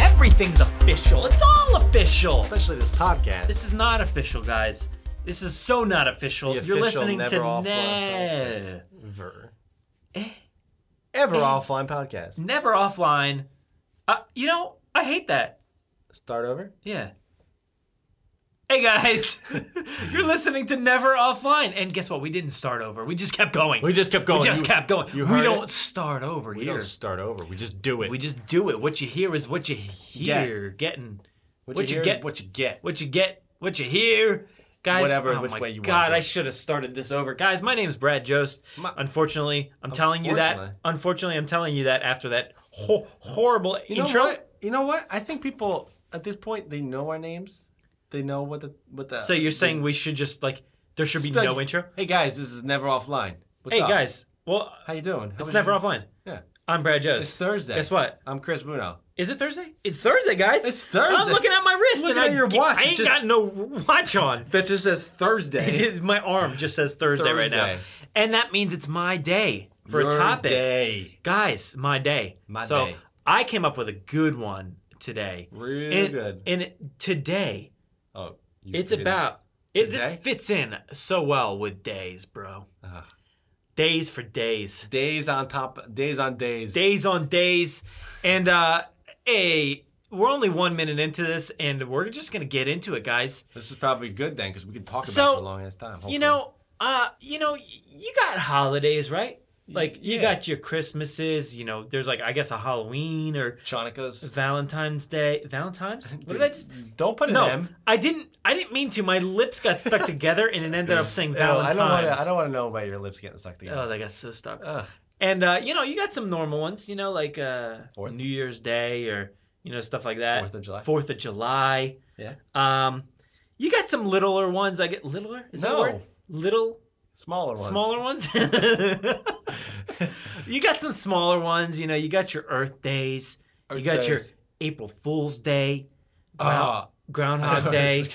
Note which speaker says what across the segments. Speaker 1: everything's official. It's all official.
Speaker 2: Especially this podcast.
Speaker 1: This is not official, guys. This is so not official.
Speaker 2: The
Speaker 1: You're
Speaker 2: official
Speaker 1: listening
Speaker 2: Never
Speaker 1: to
Speaker 2: Offline
Speaker 1: ne-
Speaker 2: Ver.
Speaker 1: Eh.
Speaker 2: Ever offline podcast.
Speaker 1: Never Offline. Uh, you know, I hate that.
Speaker 2: Start over.
Speaker 1: Yeah. Hey guys, you're listening to Never Offline, and guess what? We didn't start over. We just kept going.
Speaker 2: We just kept going.
Speaker 1: We just
Speaker 2: You-
Speaker 1: kept going.
Speaker 2: you
Speaker 1: we
Speaker 2: heard
Speaker 1: don't
Speaker 2: it?
Speaker 1: start over
Speaker 2: We
Speaker 1: here.
Speaker 2: don't start over. We just do it.
Speaker 1: we just do it. What you hear is what you
Speaker 2: Get.
Speaker 1: hear. Getting
Speaker 2: what,
Speaker 1: what you
Speaker 2: you, hear is
Speaker 1: get-
Speaker 2: What you get.
Speaker 1: what you get, what you hear. Guys,
Speaker 2: Whatever,
Speaker 1: oh
Speaker 2: which
Speaker 1: my
Speaker 2: way you wanna
Speaker 1: God,
Speaker 2: do
Speaker 1: I
Speaker 2: it.
Speaker 1: should have started this over. Guys, my name is Brad Jost.
Speaker 2: My-
Speaker 1: unfortunately, I'm telling you that.
Speaker 2: Unfortunately.
Speaker 1: Unfortunately, I'm telling you that after that ho- horrible
Speaker 2: You know
Speaker 1: intro.
Speaker 2: what? You know what? I think people at this point they know our names. They know what the what the.
Speaker 1: So you're saying we should just like there should be
Speaker 2: Like,
Speaker 1: no intro?
Speaker 2: Hey guys, this is never offline. What's
Speaker 1: Hey
Speaker 2: up?
Speaker 1: guys, well,
Speaker 2: how you doing? How
Speaker 1: it's
Speaker 2: was
Speaker 1: never
Speaker 2: your-
Speaker 1: offline.
Speaker 2: Yeah,
Speaker 1: I'm Brad Jost.
Speaker 2: it's Thursday.
Speaker 1: Guess what?
Speaker 2: I'm Chris Bruno.
Speaker 1: Is it Thursday? It's Thursday, guys.
Speaker 2: It's Thursday.
Speaker 1: I'm looking at my wrist
Speaker 2: Looking
Speaker 1: and I,
Speaker 2: at your
Speaker 1: g-
Speaker 2: watch,
Speaker 1: I
Speaker 2: it's
Speaker 1: ain't
Speaker 2: just-
Speaker 1: got no watch on.
Speaker 2: That just says Thursday.
Speaker 1: It is- my arm just says Thursday, right now.
Speaker 2: Thursday.
Speaker 1: And that means it's my day for a
Speaker 2: Your
Speaker 1: topic.
Speaker 2: day.
Speaker 1: Guys, my day.
Speaker 2: My
Speaker 1: so
Speaker 2: day.
Speaker 1: I came up with a good one today.
Speaker 2: Real
Speaker 1: and,
Speaker 2: good.
Speaker 1: And it- today,
Speaker 2: Oh, you
Speaker 1: it's
Speaker 2: figured this-
Speaker 1: about it, this
Speaker 2: Today?
Speaker 1: fits in so well with days, bro.
Speaker 2: Ah.
Speaker 1: Days for days.
Speaker 2: days on top, days on days.
Speaker 1: Days on days. And uh hey, we're only one minute into this and we're just gonna get into it, guys.
Speaker 2: This is probably good then because we can talk about
Speaker 1: So,
Speaker 2: it for a long ass time.
Speaker 1: You
Speaker 2: hopefully.
Speaker 1: know, uh, you know, y- you got holidays, right? Like you
Speaker 2: yeah.
Speaker 1: got your Christmases. You know, there's like I guess a Halloween or
Speaker 2: Chonica's.
Speaker 1: Valentine's Day. Valentine's? What did I just?
Speaker 2: Don't put an
Speaker 1: No,
Speaker 2: M.
Speaker 1: I didn't. I didn't mean to. My lips got stuck together, and it ended up saying
Speaker 2: Ew, I
Speaker 1: Valentine's.
Speaker 2: don't want to. I don't want to know about your lips getting stuck together.
Speaker 1: Oh, I got so stuck.
Speaker 2: Ugh.
Speaker 1: And uh, you know, you got some normal ones. You know, like uh,
Speaker 2: Fourth?
Speaker 1: New Year's Day or you know stuff like that.
Speaker 2: Fourth of July.
Speaker 1: Fourth of July.
Speaker 2: Yeah.
Speaker 1: Um, you got some littler ones. I get littler. Is that a
Speaker 2: No.
Speaker 1: word? Little.
Speaker 2: Smaller ones.
Speaker 1: Smaller ones? you got some smaller ones. You know, you got your Earth Days. you
Speaker 2: Earth
Speaker 1: got your
Speaker 2: Days.
Speaker 1: April Fool's Day,
Speaker 2: Oh,
Speaker 1: Groundhog Day.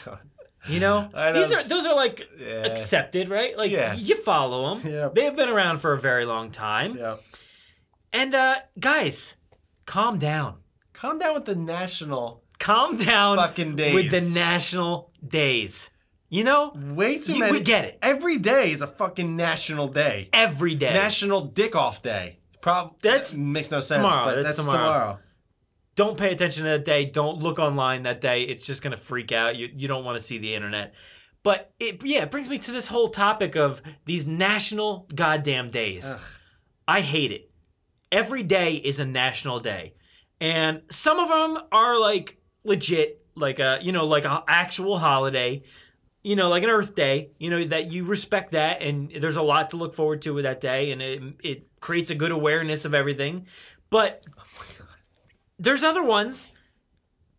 Speaker 1: You know,
Speaker 2: I know.
Speaker 1: these are those are like
Speaker 2: Yeah.
Speaker 1: accepted, right? Like
Speaker 2: Yeah.
Speaker 1: you follow them.
Speaker 2: Yeah.
Speaker 1: They've been around for a very long time.
Speaker 2: yeah.
Speaker 1: And uh, guys, calm down.
Speaker 2: Calm down with the national.
Speaker 1: Calm down.
Speaker 2: Fucking days.
Speaker 1: with the national days. You know,
Speaker 2: Way too
Speaker 1: You-
Speaker 2: many.
Speaker 1: we get it.
Speaker 2: Every day is a fucking national day.
Speaker 1: every day.
Speaker 2: National Dick Off Day. Prob-
Speaker 1: That's
Speaker 2: makes no sense.
Speaker 1: tomorrow.
Speaker 2: But
Speaker 1: That's
Speaker 2: that's,
Speaker 1: tomorrow.
Speaker 2: tomorrow.
Speaker 1: don't pay attention to that day. Don't look online that day. It's just gonna freak out. You you don't want to see the internet. But it yeah, it brings me to this whole topic of these national goddamn days. I hate it. Every day is a national day, and some of them are like legit, like a you know like a actual holiday. You know, like an Earth Day, you know, that you respect that, and there's a lot to look forward to with that day, and it, it creates a good awareness of everything. But there's other ones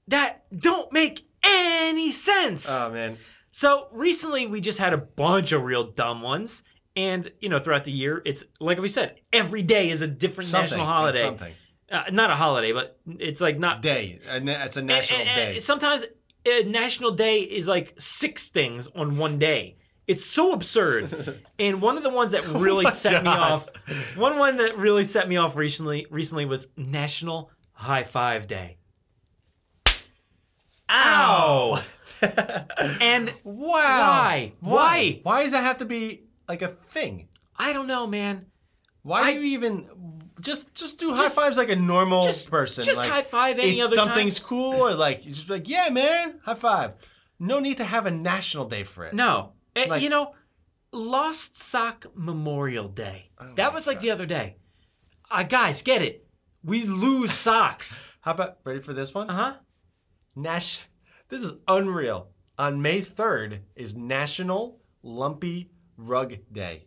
Speaker 1: that don't make any sense.
Speaker 2: Oh man.
Speaker 1: so recently we just had a bunch of real dumb ones. And, you know, throughout the year, it's like we said, every day is a different
Speaker 2: Something.
Speaker 1: national holiday.
Speaker 2: It's Something.
Speaker 1: Uh, not a holiday, but it's like not.
Speaker 2: Day. And that's
Speaker 1: Eh,
Speaker 2: a national
Speaker 1: And- and
Speaker 2: day.
Speaker 1: Sometimes a national day is like six things on one day. It's so absurd. and one of the ones that really
Speaker 2: Oh my
Speaker 1: set me
Speaker 2: God.
Speaker 1: off, one one that really set me off recently recently was National High Five Day. Ow! and
Speaker 2: Wow.
Speaker 1: Why? Why?
Speaker 2: Why? Why does that have to be like a thing?
Speaker 1: I don't know, man.
Speaker 2: Why
Speaker 1: I-
Speaker 2: do you even just just do
Speaker 1: Just-
Speaker 2: high fives like a normal
Speaker 1: just-
Speaker 2: person?
Speaker 1: just
Speaker 2: like,
Speaker 1: high five any
Speaker 2: if
Speaker 1: other time.
Speaker 2: something's cool or like you just be like yeah man high five. No need to have a national day for it.
Speaker 1: No. Eh,
Speaker 2: Like-
Speaker 1: you know, Lost Sock Memorial Day.
Speaker 2: Oh
Speaker 1: that was like the other day. Uh, guys, get it. We lose socks.
Speaker 2: How about ready for this one?
Speaker 1: Uh huh.
Speaker 2: Nash. This is unreal. On May third is National Lumpy Rug Day.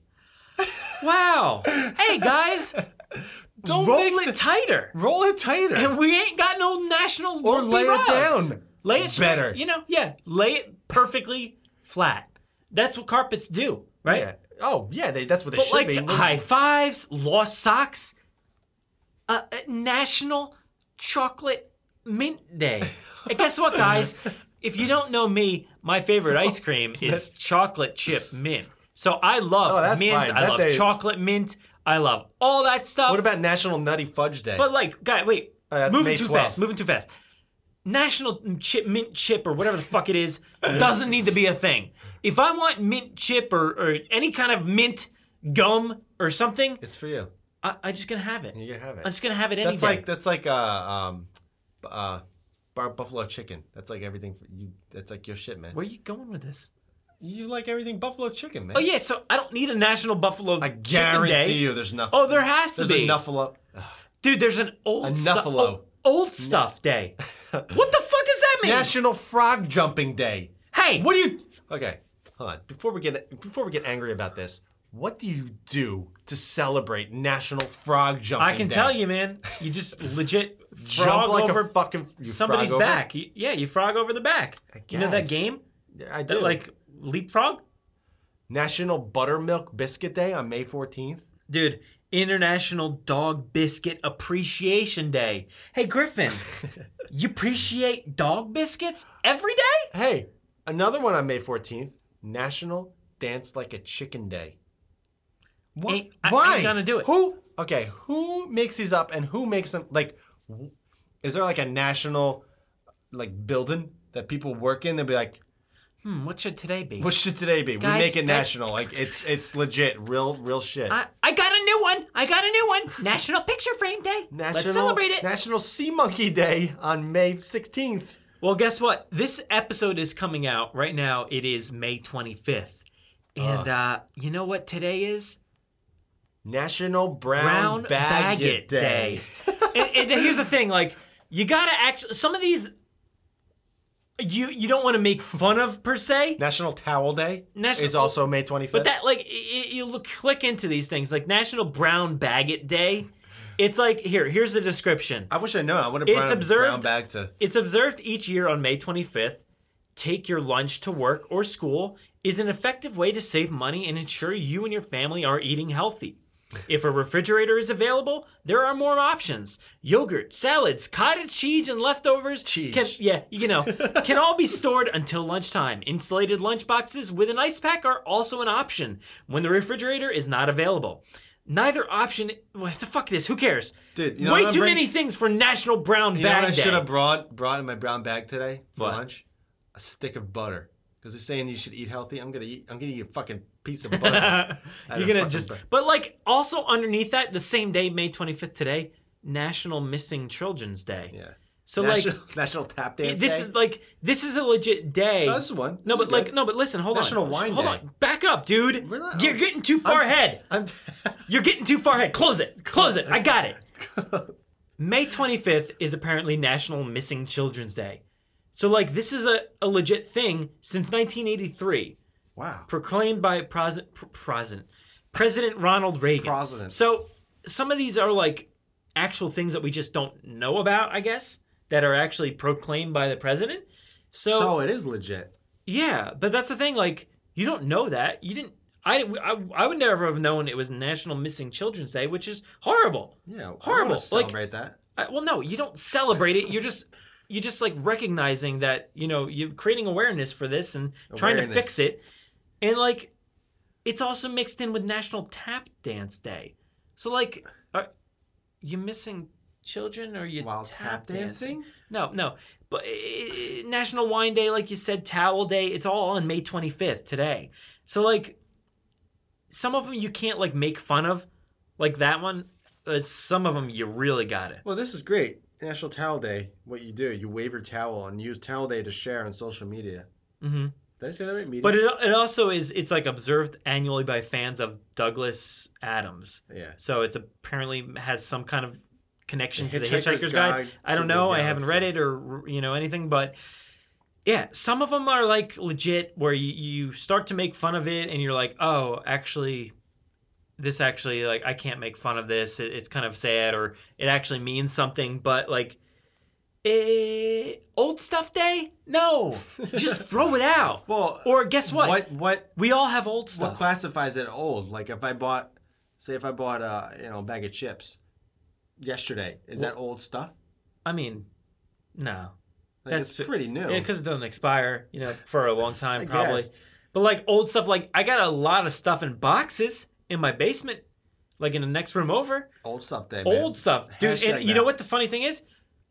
Speaker 1: Wow. Hey, guys,
Speaker 2: Don't
Speaker 1: roll
Speaker 2: make
Speaker 1: it
Speaker 2: the-
Speaker 1: tighter.
Speaker 2: roll it tighter.
Speaker 1: And we ain't got no national
Speaker 2: Or
Speaker 1: lumpy
Speaker 2: lay it
Speaker 1: rugs.
Speaker 2: down
Speaker 1: Lay it straight-
Speaker 2: better.
Speaker 1: You know, yeah. Lay it perfectly flat. That's what carpets do, right?
Speaker 2: yeah. Oh yeah, they, that's what they
Speaker 1: But like
Speaker 2: should be.
Speaker 1: high fives, lost socks, uh, uh, National Chocolate Mint Day. and guess what, guys? If you don't know me, my favorite ice cream is chocolate chip mint. So I love
Speaker 2: Oh, that's
Speaker 1: mint.
Speaker 2: fine.
Speaker 1: I
Speaker 2: That
Speaker 1: love
Speaker 2: day-
Speaker 1: chocolate mint. I love all that stuff.
Speaker 2: What about National Nutty Fudge Day?
Speaker 1: But like, guy, wait,
Speaker 2: Oh, that's
Speaker 1: moving
Speaker 2: May
Speaker 1: too
Speaker 2: 12th.
Speaker 1: fast, moving too fast. National chip, mint chip, or whatever the fuck it is, doesn't need to be a thing. If I want mint chip or, or any kind of mint gum or something,
Speaker 2: It's for you.
Speaker 1: I, I'm just gonna have it.
Speaker 2: You can have it.
Speaker 1: I'm just gonna have it any
Speaker 2: that's
Speaker 1: day.
Speaker 2: like that's like uh um uh bar buffalo chicken. That's like everything for you. That's like your shit, man.
Speaker 1: Where are you going with this?
Speaker 2: You like everything buffalo chicken, man.
Speaker 1: Oh yeah, so I don't need a national buffalo.
Speaker 2: I
Speaker 1: Chicken
Speaker 2: guarantee
Speaker 1: Day.
Speaker 2: you, there's nothing.
Speaker 1: Oh, there has to
Speaker 2: there's
Speaker 1: be.
Speaker 2: enough. Lo-
Speaker 1: Dude, there's an old stuff.
Speaker 2: Nuffalo.
Speaker 1: Oh, old stuff day. what the fuck does that mean?
Speaker 2: National Frog Jumping Day.
Speaker 1: hey,
Speaker 2: What do you? Okay, hold on. Before we get before we get angry about this, what do you do to celebrate National Frog Jumping?
Speaker 1: I can
Speaker 2: Day?
Speaker 1: tell you, man. You just legit
Speaker 2: Jump
Speaker 1: frog
Speaker 2: like
Speaker 1: over
Speaker 2: a fucking you
Speaker 1: somebody's
Speaker 2: frog over?
Speaker 1: back. You- yeah, you frog over the back. You know that
Speaker 2: guess.
Speaker 1: game?
Speaker 2: Yeah, I do.
Speaker 1: That, like leapfrog?
Speaker 2: National Buttermilk Biscuit Day on May 14th.
Speaker 1: Dude, International Dog Biscuit Appreciation Day. Hey, Griffin, you appreciate dog biscuits every day?
Speaker 2: Hey, another one on May 14th. National Dance Like a Chicken Day. Why?
Speaker 1: Ain't- I-
Speaker 2: Why?
Speaker 1: ain't gonna do it.
Speaker 2: Who? Okay, who makes these up and who makes them? Like, wh- is there like a national like building that people work in? They'll be like,
Speaker 1: Hmm, what should today be?
Speaker 2: "What should today be?
Speaker 1: Guys,
Speaker 2: we make it
Speaker 1: guys-
Speaker 2: national. Like, it's it's legit, real real shit."
Speaker 1: I, I got a new one. I got a new one. National Picture Frame Day.
Speaker 2: National,
Speaker 1: Let's celebrate it.
Speaker 2: National Sea Monkey Day on May 16th.
Speaker 1: Well, guess what? This episode is coming out right now. It is May 25th. And uh, you know what today is?
Speaker 2: National
Speaker 1: Brown
Speaker 2: Brown, Bag
Speaker 1: Baggett
Speaker 2: Day.
Speaker 1: Day. and, and here's the thing like, you got to actually, some of these. You, you don't want to make fun of per se,
Speaker 2: National Towel Day
Speaker 1: National-
Speaker 2: is also May 25th.
Speaker 1: but that like i- i you look click into these things like National Brown Baggett Day. It's like here here's the description.
Speaker 2: I wish I know. I would have
Speaker 1: It's
Speaker 2: brought a brown
Speaker 1: observed-
Speaker 2: bag to.
Speaker 1: It's observed each year on May 25th. Take your lunch to work or school is an effective way to save money and ensure you and your family are eating healthy. If a refrigerator is available, there are more options. Yogurt, salads, cottage cheese, and leftovers
Speaker 2: Cheese.
Speaker 1: can yeah, you know, can all be stored until lunchtime. Insulated lunchboxes with an ice pack are also an option when the refrigerator is not available. Neither option. What the fuck? This? Who cares?
Speaker 2: Dude, you know
Speaker 1: way
Speaker 2: what I'm
Speaker 1: too
Speaker 2: bring-
Speaker 1: many things for National Brown
Speaker 2: You know
Speaker 1: Bag
Speaker 2: what I
Speaker 1: Day.
Speaker 2: should have brought brought in my brown bag today for
Speaker 1: What?
Speaker 2: lunch? A stick of butter. Because they're saying you should eat healthy. I'm gonna eat. I'm gonna eat a fucking piece of butter. I
Speaker 1: You're
Speaker 2: don't
Speaker 1: gonna
Speaker 2: fucking
Speaker 1: just,
Speaker 2: buy-
Speaker 1: but like also underneath that, the same day, May 25th today, National Missing Children's Day.
Speaker 2: yeah.
Speaker 1: So
Speaker 2: National,
Speaker 1: like,
Speaker 2: National Tap Dance
Speaker 1: this
Speaker 2: Day.
Speaker 1: is like this is a legit day.
Speaker 2: Oh, this is one.
Speaker 1: No,
Speaker 2: This
Speaker 1: but
Speaker 2: is
Speaker 1: like
Speaker 2: good.
Speaker 1: no, but listen, hold
Speaker 2: National
Speaker 1: on,
Speaker 2: Wine
Speaker 1: hold
Speaker 2: Day.
Speaker 1: on, back up, dude.
Speaker 2: We're not-
Speaker 1: You're getting too far ahead.
Speaker 2: I'm
Speaker 1: You're getting too far ahead. Close it. Close it. I got it. May 25th is apparently National Missing Children's Day. So like this is a, a legit thing since 1983
Speaker 2: wow.
Speaker 1: proclaimed by President President President Ronald Reagan.
Speaker 2: President.
Speaker 1: So some of these are like actual things that we just don't know about, I guess, that are actually proclaimed by the president. So,
Speaker 2: So it is legit.
Speaker 1: yeah, but that's the thing. Like you don't know that you didn't. I, I, I would never have known it was National Missing Children's Day, which is horrible.
Speaker 2: Yeah. I wanna
Speaker 1: horrible. Like
Speaker 2: Celebrate that.
Speaker 1: I, well, no, you don't celebrate it. You're just you just like recognizing that you know you're creating awareness for this and trying to
Speaker 2: Awareness.
Speaker 1: fix it, and like it's also mixed in with National Tap Dance Day. So like, are you missing children or you
Speaker 2: While tap dancing?
Speaker 1: No, no. But eh, National Wine Day, like you said, Towel Day. It's all on May 25th today. So like, some of them you can't like make fun of, like that one. Uh, some of them you really got it.
Speaker 2: Well, this is great. National Towel Day. What you do, you wave your towel and use Towel Day to share on social media. Mm-hmm. Did I say that right? Media.
Speaker 1: But it, it also is it's like observed annually by fans of Douglas Adams.
Speaker 2: Yeah.
Speaker 1: So it's apparently has some kind of connection to
Speaker 2: The
Speaker 1: the
Speaker 2: Hitchhiker's
Speaker 1: Hitchhiker's Guide.
Speaker 2: Guide
Speaker 1: I
Speaker 2: to
Speaker 1: don't
Speaker 2: the
Speaker 1: know. I haven't
Speaker 2: Galaxy.
Speaker 1: read it or you know anything, but yeah, some of them are like legit where you, you start to make fun of it and you're like, oh, actually. This actually, like, I can't make fun of this. It, it's kind of sad, or it actually means something. But like, eh, old stuff day? No, just throw it out.
Speaker 2: Well,
Speaker 1: or guess what?
Speaker 2: what what
Speaker 1: We all have old
Speaker 2: what
Speaker 1: stuff.
Speaker 2: classifies it old? Like if I bought, say, if I bought a you know a bag of chips yesterday, is that old stuff?
Speaker 1: I mean, no.
Speaker 2: Like, it's
Speaker 1: fi-
Speaker 2: pretty new.
Speaker 1: Yeah, because it doesn't expire, you know, for a long time probably.
Speaker 2: Oh. guess.
Speaker 1: But like old stuff, like I got a lot of stuff in boxes in my basement, like in the next room over.
Speaker 2: old stuff, day.
Speaker 1: Old stuff, dude.
Speaker 2: Hashtag
Speaker 1: and you
Speaker 2: that.
Speaker 1: know what the funny thing is?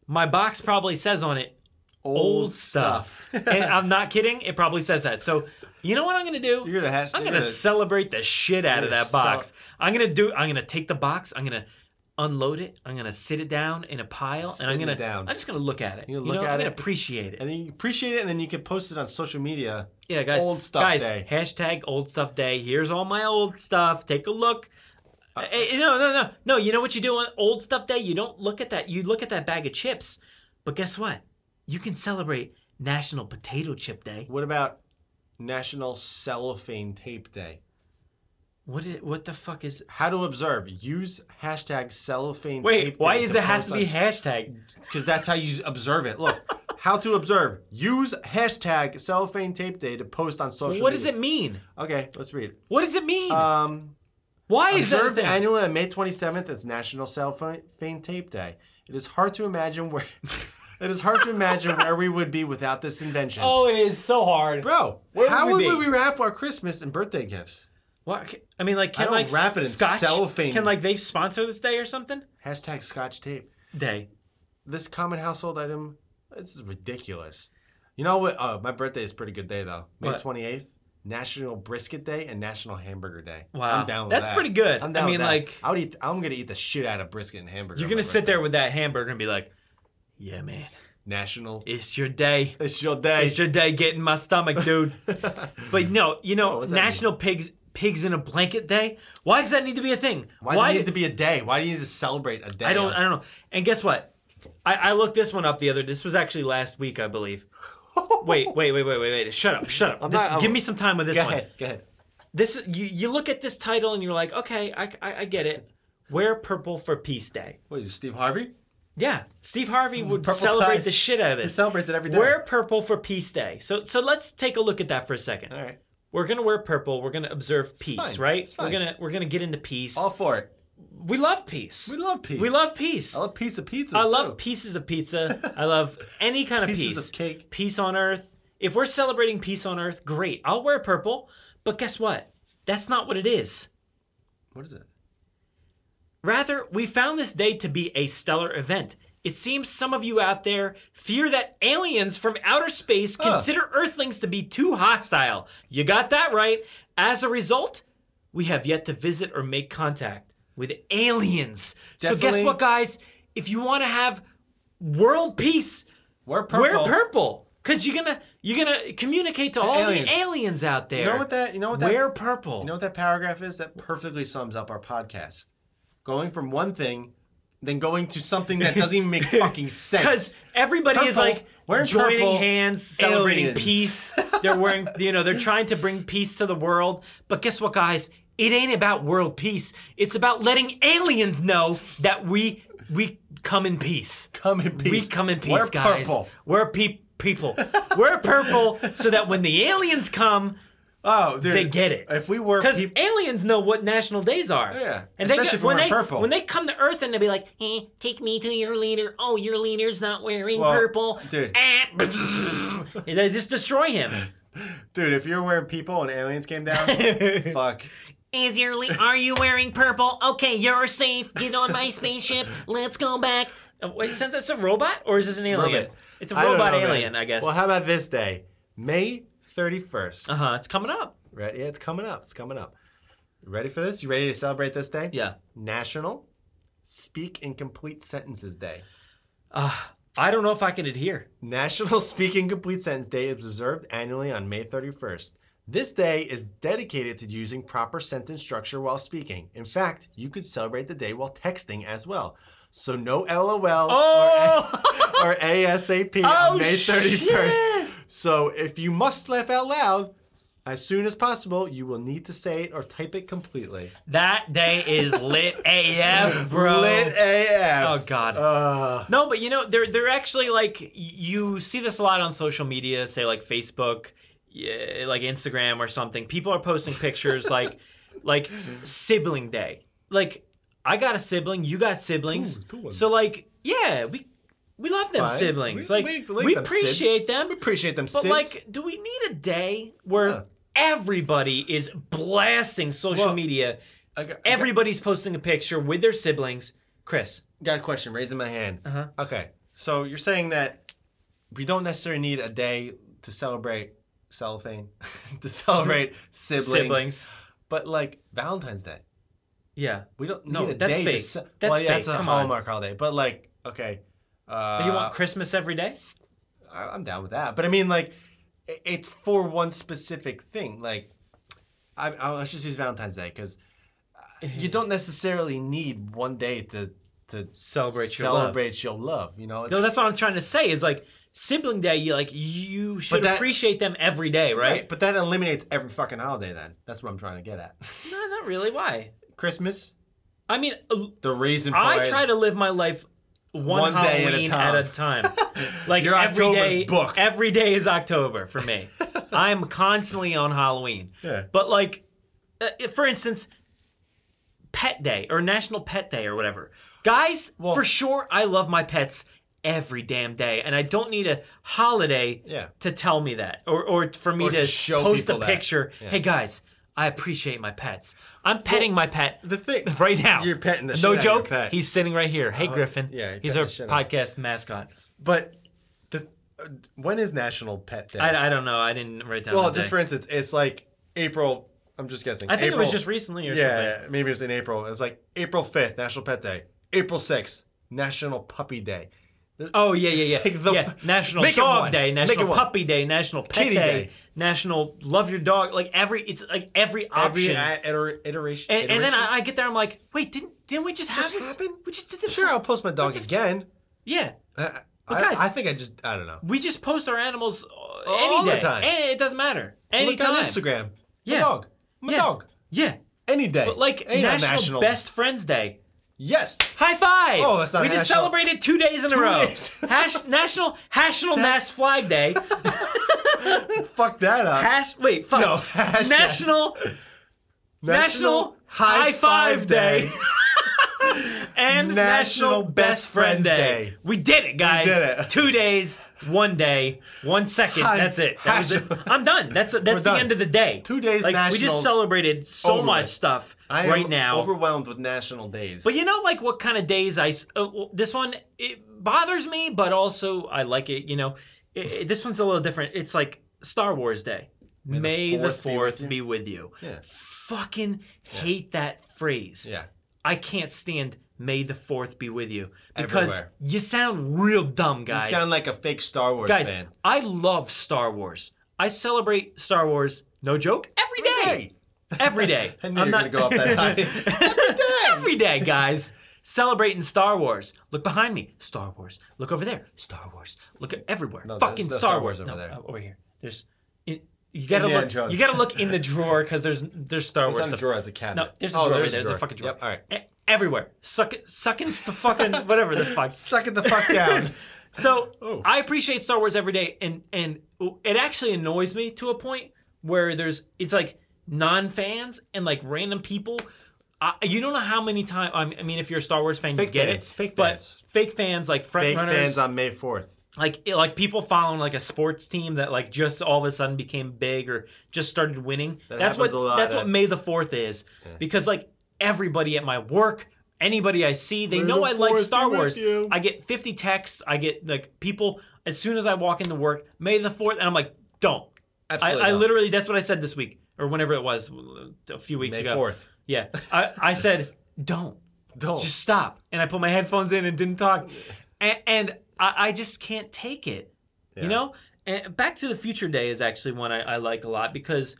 Speaker 1: My box probably says on it old stuff. and I'm not kidding. It probably says that. So you know what I'm gonna do?
Speaker 2: You're gonna hash-
Speaker 1: I'm
Speaker 2: you're
Speaker 1: gonna,
Speaker 2: gonna-
Speaker 1: celebrate the shit out of
Speaker 2: gonna
Speaker 1: that box. I'm gonna do. I'm gonna take the box. I'm gonna unload it. I'm gonna sit it down in a pile, and I'm
Speaker 2: Sitting it
Speaker 1: gonna.
Speaker 2: down.
Speaker 1: I'm just gonna look at it. You,
Speaker 2: gonna
Speaker 1: know,
Speaker 2: look
Speaker 1: I'm
Speaker 2: at
Speaker 1: gonna
Speaker 2: it.
Speaker 1: appreciate it.
Speaker 2: and then you appreciate it, and then you can post it on social media.
Speaker 1: Yeah, guys.
Speaker 2: Old stuff
Speaker 1: guys,
Speaker 2: day.
Speaker 1: Hashtag old stuff day. Here's all my old stuff. Take a look.
Speaker 2: Uh,
Speaker 1: Hey, no, no, no, no. You know what you do on old stuff day? You don't look at that. You look at that bag of chips. But guess what? You can celebrate National Potato Chip Day.
Speaker 2: What about National Cellophane Tape Day?
Speaker 1: What? Is, what the fuck is?
Speaker 2: How to observe? Use hashtag cellophane.
Speaker 1: Wait, why is it has to be hashtag?
Speaker 2: Because that's how you observe it. Look, how to observe? Use hashtag cellophane tape day to post on social.
Speaker 1: What does
Speaker 2: media.
Speaker 1: it mean?
Speaker 2: Okay, let's read. it.
Speaker 1: What does it mean?
Speaker 2: Um,
Speaker 1: why is that? a
Speaker 2: observed
Speaker 1: thing?
Speaker 2: annually on May 27th as National Cellophane Tape Day. It is hard to imagine where. it is hard to imagine where we would be without this invention.
Speaker 1: oh, it is so hard.
Speaker 2: Bro,
Speaker 1: Where
Speaker 2: how
Speaker 1: would we
Speaker 2: would
Speaker 1: be?
Speaker 2: we wrap our Christmas and birthday gifts?
Speaker 1: Why- I mean, like, can
Speaker 2: don't
Speaker 1: like s-
Speaker 2: wrap it in
Speaker 1: Scotch?
Speaker 2: cellophane.
Speaker 1: Can like they sponsor this day or something?
Speaker 2: Hashtag Scotch tape.
Speaker 1: Day.
Speaker 2: This common household item. This is ridiculous. You know what? Uh, my birthday is a pretty good day though. May
Speaker 1: What?
Speaker 2: twenty eighth, National Brisket Day and National Hamburger Day.
Speaker 1: Wow.
Speaker 2: I'm down. With
Speaker 1: That's
Speaker 2: that.
Speaker 1: pretty good.
Speaker 2: I'm down
Speaker 1: I
Speaker 2: with
Speaker 1: mean,
Speaker 2: that.
Speaker 1: like-
Speaker 2: I would eat. I'm gonna eat the shit out of brisket and hamburger.
Speaker 1: You're
Speaker 2: on
Speaker 1: gonna
Speaker 2: my
Speaker 1: sit
Speaker 2: birthday.
Speaker 1: there with that hamburger and be like, "Yeah, man,
Speaker 2: National.
Speaker 1: it's your day.
Speaker 2: It's your day.
Speaker 1: It's your day getting my stomach, dude." but no, you know,
Speaker 2: what does that mean?
Speaker 1: National Pigs Pigs in a Blanket Day. Why does that need to be a thing?
Speaker 2: Why does it
Speaker 1: did-
Speaker 2: need to be a day? Why do you need to celebrate a day?
Speaker 1: I don't.
Speaker 2: on-
Speaker 1: I don't know. And guess what? I, I looked this one up the other. This was actually last week, I believe. Wait, wait, wait, wait, wait, wait. Shut up, shut up. This-
Speaker 2: not- I'm-
Speaker 1: give me some time with this
Speaker 2: Go
Speaker 1: one.
Speaker 2: ahead. Go ahead.
Speaker 1: This is- you. You look at this title and you're like, okay, I, I, I get it. Wear purple for Peace Day.
Speaker 2: What is it, Steve Harvey?
Speaker 1: Yeah, Steve Harvey would
Speaker 2: Mm, Purple
Speaker 1: celebrate
Speaker 2: ties.
Speaker 1: the shit out of
Speaker 2: He
Speaker 1: this.
Speaker 2: celebrates it every day.
Speaker 1: Wear purple for Peace Day. So, so let's take a look at that for a second.
Speaker 2: All right.
Speaker 1: We're gonna wear purple. We're gonna observe peace,
Speaker 2: fine.
Speaker 1: right?
Speaker 2: It's
Speaker 1: We're
Speaker 2: fine.
Speaker 1: gonna we're gonna get into peace.
Speaker 2: All for it.
Speaker 1: we love peace.
Speaker 2: We love peace.
Speaker 1: We love peace.
Speaker 2: I love piece of pizza.
Speaker 1: I love pieces of pizza. I love any kind of
Speaker 2: Pieces
Speaker 1: peace.
Speaker 2: of cake.
Speaker 1: Peace on earth. If we're celebrating peace on earth, great. I'll wear purple. But guess what? That's not what it is.
Speaker 2: What is it?
Speaker 1: Rather, we found this day to be a stellar event. It seems some of you out there fear that aliens from outer space consider Earthlings to be too hostile. You got that right. As a result, we have yet to visit or make contact with aliens. So, guess
Speaker 2: Definitely.
Speaker 1: what, guys? If you want to have world peace,
Speaker 2: Wear purple.
Speaker 1: wear purple. Cause you're gonna you're gonna communicate to, all
Speaker 2: aliens.
Speaker 1: the aliens out there.
Speaker 2: You know what that? You know what that?
Speaker 1: Wear purple.
Speaker 2: You know what that paragraph is? That perfectly sums up our podcast. Going from one thing, then going to something that doesn't even make fucking sense.
Speaker 1: because everybody is
Speaker 2: Purple.
Speaker 1: like
Speaker 2: We're
Speaker 1: joining
Speaker 2: purple
Speaker 1: hands, celebrating
Speaker 2: aliens.
Speaker 1: peace. They're wearing, you know, they're trying to bring peace to the world. But guess what, guys? It ain't about world peace. It's about letting aliens know that we we come in peace.
Speaker 2: come in peace.
Speaker 1: We come in peace,
Speaker 2: Wear
Speaker 1: guys.
Speaker 2: Purple.
Speaker 1: We're pe- people. We're purple, so that when the aliens come,
Speaker 2: Oh, dude.
Speaker 1: they get it.
Speaker 2: If we were
Speaker 1: because
Speaker 2: peop-
Speaker 1: aliens know what national days are.
Speaker 2: Yeah.
Speaker 1: and they
Speaker 2: Especially
Speaker 1: get,
Speaker 2: if we're
Speaker 1: when they
Speaker 2: wearing purple.
Speaker 1: when they come to Earth and they be like, eh, "Take me to your leader." Oh, your leader's not wearing
Speaker 2: Well,
Speaker 1: purple.
Speaker 2: dude.
Speaker 1: Eh. And they just destroy him.
Speaker 2: dude, if you're wearing people and aliens came down, fuck.
Speaker 1: Is your le- are you wearing purple? Okay, you're safe. Get on my spaceship. Let's go back. Uh, Wait, since that's a robot or is this an alien?
Speaker 2: Robot.
Speaker 1: It's a
Speaker 2: I don't
Speaker 1: robot
Speaker 2: know, man.
Speaker 1: alien, I guess.
Speaker 2: Well, how about this day, May thirty first?
Speaker 1: uh huh. It's coming up.
Speaker 2: Right? Yeah, it's coming up. It's coming up. You Ready for this? You ready to celebrate this day?
Speaker 1: Yeah.
Speaker 2: National Speak in Complete Sentences Day.
Speaker 1: I don't know if I can adhere.
Speaker 2: National Speaking Complete Sentence Day is observed annually on May 31st. This day is dedicated to using proper sentence structure while speaking. In fact, you could celebrate the day while texting as well. So no LOL
Speaker 1: Oh!
Speaker 2: or, or ASAP
Speaker 1: Oh,
Speaker 2: on May 31st.
Speaker 1: shit!
Speaker 2: So if you must laugh out loud, as soon as possible, you will need to say it or type it completely.
Speaker 1: That day is lit AF, bro.
Speaker 2: Lit AF.
Speaker 1: Oh God.
Speaker 2: Uh,
Speaker 1: No, but you know they're they're actually like y- you see this a lot on social media, say like Facebook, yeah, like Instagram or something. People are posting pictures like like sibling day. Like I got a sibling, you got siblings.
Speaker 2: Two- two ones.
Speaker 1: so like yeah, we we love them
Speaker 2: guys,
Speaker 1: siblings.
Speaker 2: we-
Speaker 1: like
Speaker 2: we-
Speaker 1: we,
Speaker 2: we like them
Speaker 1: appreciate
Speaker 2: sibs.
Speaker 1: them.
Speaker 2: We appreciate them
Speaker 1: But
Speaker 2: sibs.
Speaker 1: like, do we need a day where
Speaker 2: Yeah.
Speaker 1: everybody is blasting social
Speaker 2: Well,
Speaker 1: media?
Speaker 2: I got- I got-
Speaker 1: Everybody's posting a picture with their siblings. Chris,
Speaker 2: Got a question. Raising my hand. Uh-huh. Okay. So you're saying that we don't necessarily need a day to celebrate cellophane, to celebrate siblings,
Speaker 1: Siblings.
Speaker 2: but like Valentine's Day.
Speaker 1: Yeah.
Speaker 2: We don't
Speaker 1: No,
Speaker 2: need a
Speaker 1: that's
Speaker 2: day to
Speaker 1: fake.
Speaker 2: ce-
Speaker 1: That's
Speaker 2: well, yeah, that's
Speaker 1: fake.
Speaker 2: a
Speaker 1: Come on.
Speaker 2: Hallmark holiday. But like, okay, uh,
Speaker 1: But you want Christmas every day?
Speaker 2: I- I'm down with that. But I mean, like, i- it's for one specific thing. Like, I, I let's just use Valentine's Day because
Speaker 1: Mm-hmm.
Speaker 2: you don't necessarily need one day to to
Speaker 1: Celebrate your love.
Speaker 2: celebrate your love. You know, it's,
Speaker 1: No, that's what I'm trying to say is like sibling day, you like you should
Speaker 2: that-
Speaker 1: appreciate them every day, right?
Speaker 2: right. But that eliminates every fucking holiday. Then that's what I'm trying to get at.
Speaker 1: No, not really. Why?
Speaker 2: Christmas,
Speaker 1: I mean, uh,
Speaker 2: the reason for
Speaker 1: I
Speaker 2: it
Speaker 1: try
Speaker 2: is-
Speaker 1: to live my life one,
Speaker 2: One day at a
Speaker 1: Halloween at a time. like
Speaker 2: Your
Speaker 1: every
Speaker 2: October's
Speaker 1: day,
Speaker 2: booked.
Speaker 1: every day is October for me. I'm constantly on Halloween.
Speaker 2: Yeah.
Speaker 1: But like, uh, for instance, Pet Day or National Pet Day or whatever. Guys, for sure, I love my pets every damn day, and I don't need a holiday
Speaker 2: Yeah.
Speaker 1: to tell me that, or or for me
Speaker 2: Or
Speaker 1: to,
Speaker 2: to show
Speaker 1: post a
Speaker 2: people that.
Speaker 1: picture. Hey guys, I appreciate my pets. I'm petting my pet
Speaker 2: the thing
Speaker 1: right now.
Speaker 2: You're petting the
Speaker 1: no
Speaker 2: shit out of your
Speaker 1: joke.
Speaker 2: pet. Oh,
Speaker 1: He's sitting right here. Hey Griffin.
Speaker 2: yeah,
Speaker 1: he's
Speaker 2: pet
Speaker 1: our
Speaker 2: the shit out
Speaker 1: podcast mascot.
Speaker 2: But the uh, when is National Pet Day?
Speaker 1: I, I don't know. I didn't write down.
Speaker 2: well,
Speaker 1: the
Speaker 2: just
Speaker 1: day.
Speaker 2: for instance, it's like April. I'm just guessing.
Speaker 1: I think
Speaker 2: April,
Speaker 1: it was just recently or something.
Speaker 2: yeah, maybe it's in April. It's like April 5th, National Pet Day. April 6th, National Puppy Day. There's-
Speaker 1: Oh yeah, yeah, yeah.
Speaker 2: Like the-
Speaker 1: yeah. National
Speaker 2: Make it
Speaker 1: Dog
Speaker 2: one.
Speaker 1: Day,
Speaker 2: Make
Speaker 1: National
Speaker 2: it one.
Speaker 1: Puppy Day, National Pet
Speaker 2: Kitty
Speaker 1: Day,
Speaker 2: Day.
Speaker 1: National Love Your Dog. Like every, it's like every
Speaker 2: every
Speaker 1: option.
Speaker 2: i- iter- iteration.
Speaker 1: and, and then
Speaker 2: iteration.
Speaker 1: I, I get there, I'm like, wait, didn't didn't we just have
Speaker 2: Just
Speaker 1: this?
Speaker 2: happened?
Speaker 1: We just did this.
Speaker 2: sure I'll post my dog
Speaker 1: What the-
Speaker 2: again.
Speaker 1: Yeah,
Speaker 2: I, I-
Speaker 1: But guys-
Speaker 2: I think I just I don't know.
Speaker 1: we just post our animals uh,
Speaker 2: All
Speaker 1: any
Speaker 2: the
Speaker 1: day,
Speaker 2: time.
Speaker 1: and it doesn't matter. Any
Speaker 2: Look on
Speaker 1: time.
Speaker 2: Instagram. My
Speaker 1: Yeah.
Speaker 2: dog. My
Speaker 1: Yeah.
Speaker 2: dog.
Speaker 1: Yeah,
Speaker 2: Any day.
Speaker 1: but like
Speaker 2: Ain't no
Speaker 1: National, Best Friends Day.
Speaker 2: Yes.
Speaker 1: High five!
Speaker 2: Oh, that's not
Speaker 1: We just
Speaker 2: national.
Speaker 1: celebrated two days in a row.
Speaker 2: days.
Speaker 1: Hash National National Mass Flag Day.
Speaker 2: Fuck that up.
Speaker 1: Hash wait, fuck.
Speaker 2: No, hashtag.
Speaker 1: National National High Five Day. and National,
Speaker 2: National
Speaker 1: Best
Speaker 2: Best
Speaker 1: Friend
Speaker 2: Friends
Speaker 1: Day.
Speaker 2: Day.
Speaker 1: We did it, guys.
Speaker 2: did it.
Speaker 1: Two days, one day, one second.
Speaker 2: Hi-
Speaker 1: that's it. That was it.
Speaker 2: hash-
Speaker 1: I'm done. That's that's
Speaker 2: We're
Speaker 1: the
Speaker 2: done.
Speaker 1: end of the day.
Speaker 2: Two days
Speaker 1: Like we just
Speaker 2: nationals
Speaker 1: celebrated so
Speaker 2: over
Speaker 1: much
Speaker 2: with.
Speaker 1: stuff
Speaker 2: I am
Speaker 1: right now.
Speaker 2: overwhelmed with national days.
Speaker 1: But you know, like what kind of days I s- uh, well, this one it bothers me, but also I like it. You know, It- it- this one's a little different. It's like Star Wars Day. May the fourth be with you.
Speaker 2: Yeah.
Speaker 1: Fucking hate that phrase.
Speaker 2: yeah.
Speaker 1: I can't stand May the fourth be with you because
Speaker 2: Everywhere.
Speaker 1: you sound real dumb, guys.
Speaker 2: You sound like a fake Star Wars
Speaker 1: guys,
Speaker 2: fan.
Speaker 1: I love Star Wars. I celebrate Star Wars. No joke. Every day.
Speaker 2: Hey.
Speaker 1: Every day.
Speaker 2: I knew you were gonna go up that high.
Speaker 1: Every day, guys. Celebrating Star Wars. Look behind me. Star Wars. Look over there. Star Wars. Look at everywhere.
Speaker 2: No,
Speaker 1: Fucking
Speaker 2: there's no
Speaker 1: Star
Speaker 2: Star
Speaker 1: Wars.
Speaker 2: Wars
Speaker 1: no,
Speaker 2: over there.
Speaker 1: uh, over here. There's. In, you gotta
Speaker 2: Indiana
Speaker 1: look.
Speaker 2: Jones.
Speaker 1: You gotta look in the drawer because there's there's Star
Speaker 2: It's
Speaker 1: Wars.
Speaker 2: not a
Speaker 1: stuff.
Speaker 2: drawer, it's a cabinet.
Speaker 1: No, there's a
Speaker 2: Oh,
Speaker 1: drawer. There's, a, fucking drawer.
Speaker 2: Yep, all right.
Speaker 1: E- everywhere. Suck sucking the fucking whatever the fuck.
Speaker 2: Suck it the fuck down.
Speaker 1: So
Speaker 2: Oh.
Speaker 1: I appreciate Star Wars every day, and and it actually annoys me to a point where there's it's like non fans and like random people. I, you don't know how many times. I mean, if you're a Star Wars fan, you
Speaker 2: Fake
Speaker 1: get
Speaker 2: fans,
Speaker 1: it.
Speaker 2: fake
Speaker 1: but
Speaker 2: fans.
Speaker 1: fake fans, like front
Speaker 2: Fake
Speaker 1: runners,
Speaker 2: fans on May 4th.
Speaker 1: like like people following like a sports team that like just all of a sudden became big or just started winning. that's what
Speaker 2: happens a lot,
Speaker 1: that's what
Speaker 2: uh,
Speaker 1: May the Fourth is because like everybody at my work, anybody I see, they know
Speaker 2: the
Speaker 1: I like
Speaker 2: 4th be
Speaker 1: Star
Speaker 2: with
Speaker 1: Wars.
Speaker 2: you.
Speaker 1: I get fifty texts. I get like people as soon as I walk into work, May the Fourth, and I'm like, don't. I,
Speaker 2: Absolutely
Speaker 1: I
Speaker 2: not.
Speaker 1: literally that's what I said this week or whenever it was a few weeks
Speaker 2: May
Speaker 1: ago.
Speaker 2: 4th.
Speaker 1: Yeah, I I said don't
Speaker 2: Don't.
Speaker 1: just stop. And I put my headphones in and didn't talk. And, and I, I just can't take it. You
Speaker 2: Yeah.
Speaker 1: know? And Back to the Future Day is actually one I, I like a lot because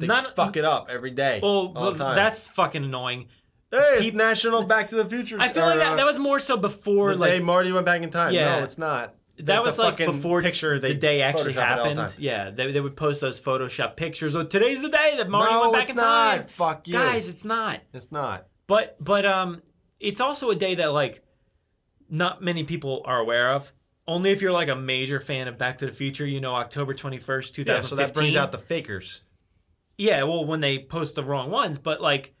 Speaker 1: not
Speaker 2: fuck it up every day.
Speaker 1: Oh,
Speaker 2: all
Speaker 1: well,
Speaker 2: the time.
Speaker 1: that's fucking annoying.
Speaker 2: hey, it's National Back to the Future. uh,
Speaker 1: I feel like that, that was more so before
Speaker 2: the
Speaker 1: like
Speaker 2: day Marty went back in time.
Speaker 1: Yeah.
Speaker 2: No, it's not.
Speaker 1: that was like
Speaker 2: fucking
Speaker 1: before
Speaker 2: picture they
Speaker 1: the day actually
Speaker 2: Photoshop it all the
Speaker 1: happened.
Speaker 2: time.
Speaker 1: Yeah, they, they would post those Photoshop pictures. Oh, today's the day that Marty
Speaker 2: No,
Speaker 1: went back
Speaker 2: it's
Speaker 1: in
Speaker 2: not.
Speaker 1: time.
Speaker 2: Fuck you.
Speaker 1: guys, it's not.
Speaker 2: It's not.
Speaker 1: But but um, it's also a day that like not many people are aware of. Only if you're like a major fan of Back to the Future, you know October 21st, 2015.
Speaker 2: Yeah, so that brings out the fakers.
Speaker 1: Yeah, well, when they post the wrong ones, but like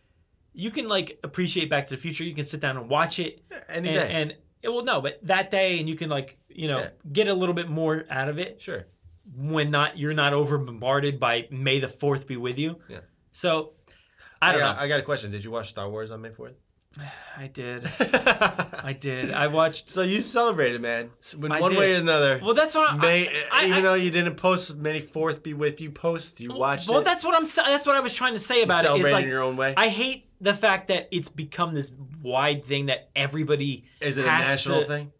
Speaker 1: you can like appreciate Back to the Future, you can sit down and watch it
Speaker 2: any
Speaker 1: and,
Speaker 2: day.
Speaker 1: and it will no, but that day and you can like, you know,
Speaker 2: Yeah.
Speaker 1: get a little bit more out of it
Speaker 2: Sure.
Speaker 1: when not you're not over bombarded by May the 4th be with you.
Speaker 2: Yeah.
Speaker 1: So I don't
Speaker 2: I got,
Speaker 1: know.
Speaker 2: I got a question. Did you watch Star Wars on May 4th?
Speaker 1: I did. I did. I watched.
Speaker 2: so you celebrated, man, S- in
Speaker 1: I
Speaker 2: one way
Speaker 1: did.
Speaker 2: or another.
Speaker 1: Well, that's what I-
Speaker 2: May, e,
Speaker 1: I,
Speaker 2: even
Speaker 1: I,
Speaker 2: though you didn't post many Fourth Be With You posts, you watched
Speaker 1: well,
Speaker 2: it.
Speaker 1: that's what I'm. s- That's what I was trying to say about it. Is
Speaker 2: celebrated
Speaker 1: like
Speaker 2: in your own way.
Speaker 1: I hate the fact that it's become this wide thing that everybody
Speaker 2: Is it a
Speaker 1: has
Speaker 2: national
Speaker 1: to-
Speaker 2: thing?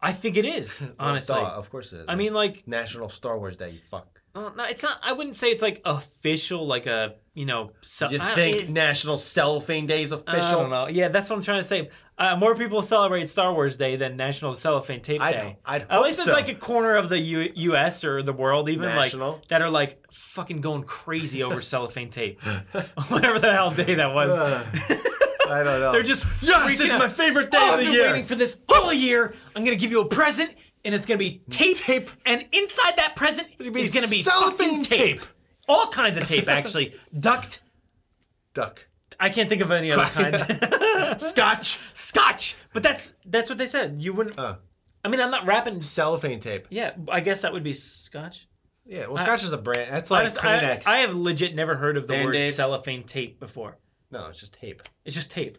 Speaker 1: I think it is honestly.
Speaker 2: Duh, of course it is.
Speaker 1: I mean, like,
Speaker 2: National Star Wars Day. You fuck.
Speaker 1: uh, no, it's not. I wouldn't say it's like official, like a you know. So,
Speaker 2: You
Speaker 1: Uh, I-
Speaker 2: think
Speaker 1: it-
Speaker 2: National Cellophane Day is
Speaker 1: I
Speaker 2: official?
Speaker 1: don't know. Yeah, that's what I'm trying to say. Uh, more people celebrate Star Wars Day than National Cellophane Tape
Speaker 2: I'd-
Speaker 1: Day.
Speaker 2: I'd
Speaker 1: At
Speaker 2: hope
Speaker 1: least
Speaker 2: so.
Speaker 1: there's like a corner of the U- U.S. or the world, even
Speaker 2: National.
Speaker 1: like that are like fucking going crazy over cellophane tape, whatever the hell day that was.
Speaker 2: Ugh. I don't know.
Speaker 1: They're just
Speaker 2: Uh, yes,
Speaker 1: freaking
Speaker 2: it's
Speaker 1: out.
Speaker 2: my favorite day
Speaker 1: Oh,
Speaker 2: of
Speaker 1: I've
Speaker 2: the
Speaker 1: been
Speaker 2: year.
Speaker 1: Waiting for this all year. I'm gonna give you a present, and it's gonna be tape.
Speaker 2: Tape.
Speaker 1: And inside that present
Speaker 2: be
Speaker 1: is gonna be
Speaker 2: cellophane
Speaker 1: fucking tape.
Speaker 2: tape.
Speaker 1: All kinds of tape, actually. Duct.
Speaker 2: Duck,
Speaker 1: I can't think of any other kinds.
Speaker 2: Scotch,
Speaker 1: Scotch. But that's that's what they said. You wouldn't.
Speaker 2: Oh.
Speaker 1: I mean, I'm not rapping.
Speaker 2: cellophane tape.
Speaker 1: Yeah, I guess that would be Scotch.
Speaker 2: Yeah, well, Scotch is a brand. That's like
Speaker 1: Honest- I,
Speaker 2: Kleenex.
Speaker 1: I have legit never heard of the word
Speaker 2: Band-Aid.
Speaker 1: cellophane tape before.
Speaker 2: no, it's just tape.
Speaker 1: It's just tape.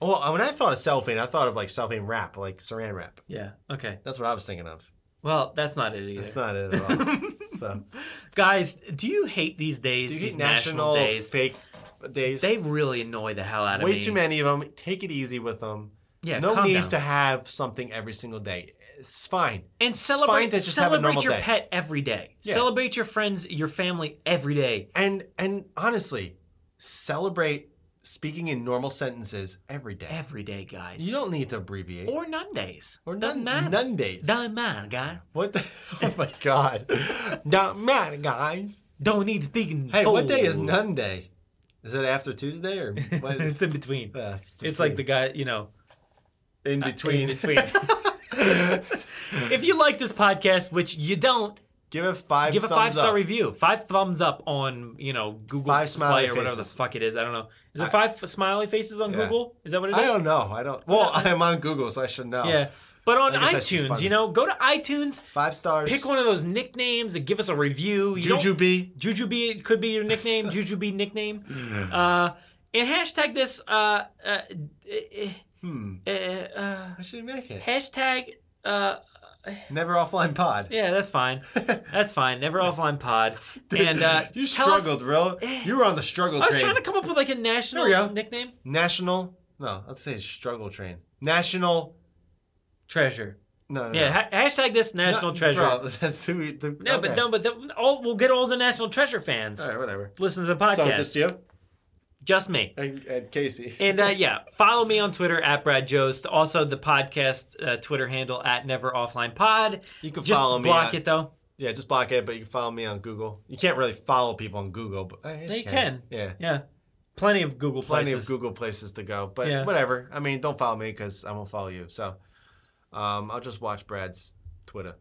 Speaker 2: Well, when I thought of cellophane, I thought of like cellophane wrap, like Saran wrap.
Speaker 1: Yeah. Okay.
Speaker 2: That's what I was thinking of.
Speaker 1: Well, that's not it either.
Speaker 2: It's not it at all. so,
Speaker 1: Guys, do you hate these days?
Speaker 2: you
Speaker 1: these
Speaker 2: get
Speaker 1: national,
Speaker 2: national
Speaker 1: days.
Speaker 2: fake days.
Speaker 1: They really annoy the hell out of
Speaker 2: way
Speaker 1: me.
Speaker 2: too many of them. Take it easy with them.
Speaker 1: Yeah,
Speaker 2: no
Speaker 1: calm
Speaker 2: need
Speaker 1: down.
Speaker 2: to have something every single day. It's fine.
Speaker 1: And
Speaker 2: It's
Speaker 1: celebrate,
Speaker 2: fine to just have a
Speaker 1: celebrate
Speaker 2: normal
Speaker 1: your
Speaker 2: day.
Speaker 1: pet every day.
Speaker 2: Yeah.
Speaker 1: Celebrate your friends, your family every day.
Speaker 2: And and honestly, celebrate speaking in normal sentences every day.
Speaker 1: Every day, guys.
Speaker 2: you don't need to abbreviate.
Speaker 1: or none days.
Speaker 2: Or
Speaker 1: Doesn't matter.
Speaker 2: none, none days.
Speaker 1: Doesn't matter, guys.
Speaker 2: What the? Oh my god. Not matter, guys.
Speaker 1: Don't need to think. Oh. in
Speaker 2: Hey, what day is
Speaker 1: full.
Speaker 2: none day? Is it after Tuesday or what?
Speaker 1: it's in between.
Speaker 2: Uh, it's
Speaker 1: It's like the guy, you know,
Speaker 2: in between.
Speaker 1: in between. if you like this podcast, which you don't,
Speaker 2: Give it five.
Speaker 1: give a
Speaker 2: thumbs
Speaker 1: five star
Speaker 2: up.
Speaker 1: review. Five thumbs up on you know Google
Speaker 2: Five smiley
Speaker 1: Play or whatever the
Speaker 2: faces.
Speaker 1: fuck it is. I don't know. Is it five f- smiley faces on
Speaker 2: Yeah.
Speaker 1: Google? Is that what it is?
Speaker 2: I don't know. I don't. Well, I'm on Google, so I should know.
Speaker 1: Yeah. But on
Speaker 2: I guess that's
Speaker 1: iTunes,
Speaker 2: funny.
Speaker 1: you know, go to iTunes,
Speaker 2: Five stars.
Speaker 1: pick one of those nicknames, and give us a review. You don't-
Speaker 2: Juju B.
Speaker 1: Juju B it could be your nickname. Juju B nickname. Uh, and hashtag this. Uh, uh,
Speaker 2: Hmm.
Speaker 1: uh, uh,
Speaker 2: I should make it.
Speaker 1: hashtag. Uh,
Speaker 2: Never offline pod.
Speaker 1: yeah, that's fine. That's fine. Never offline pod. And uh,
Speaker 2: you
Speaker 1: tell us-
Speaker 2: struggled, bro. You were on the struggle
Speaker 1: I was
Speaker 2: train.
Speaker 1: trying to come up with like a national
Speaker 2: There we go.
Speaker 1: nickname.
Speaker 2: National. No, let's say struggle train. National.
Speaker 1: Treasure.
Speaker 2: No, no.
Speaker 1: Yeah.
Speaker 2: no.
Speaker 1: Ha- hashtag this national
Speaker 2: No,
Speaker 1: treasure.
Speaker 2: bro, that's too. e- too
Speaker 1: No,
Speaker 2: okay.
Speaker 1: but no, but the, all, we'll get all the national treasure fans.
Speaker 2: All right, whatever.
Speaker 1: Listen to the podcast.
Speaker 2: So
Speaker 1: just,
Speaker 2: just you
Speaker 1: me.
Speaker 2: and, and Casey.
Speaker 1: And uh, yeah, follow me on Twitter at Brad Jost. Also, the podcast uh, Twitter handle at Never Offline Pod.
Speaker 2: You can
Speaker 1: Just
Speaker 2: follow me
Speaker 1: block
Speaker 2: at-
Speaker 1: it though.
Speaker 2: yeah, just block it. But you can follow me on Google. You can't really follow people on Google, but I guess
Speaker 1: They
Speaker 2: you
Speaker 1: can.
Speaker 2: Yeah.
Speaker 1: Yeah. Plenty of Google
Speaker 2: Plenty
Speaker 1: places.
Speaker 2: of Google places to go, but
Speaker 1: Yeah.
Speaker 2: whatever. I mean, don't follow me because I won't follow you. So, um, I'll just watch Brad's Twitter.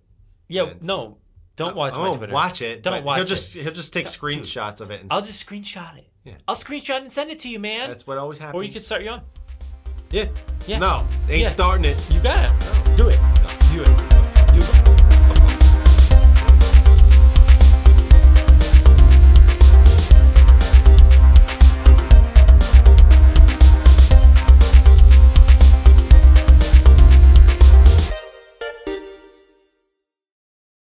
Speaker 1: yeah. No, don't watch
Speaker 2: I
Speaker 1: my
Speaker 2: won't
Speaker 1: Twitter.
Speaker 2: Uh, oh, watch it.
Speaker 1: Don't
Speaker 2: but
Speaker 1: watch
Speaker 2: He'll
Speaker 1: it.
Speaker 2: just he'll just take screenshots of it. And
Speaker 1: I'll just screenshot it.
Speaker 2: Yeah.
Speaker 1: I'll screenshot and send it to you, man.
Speaker 2: That's what always happens.
Speaker 1: or you could start your own.
Speaker 2: yeah.
Speaker 1: Yeah.
Speaker 2: No, ain't
Speaker 1: Yeah.
Speaker 2: starting it.
Speaker 1: You gotta do it. Do it.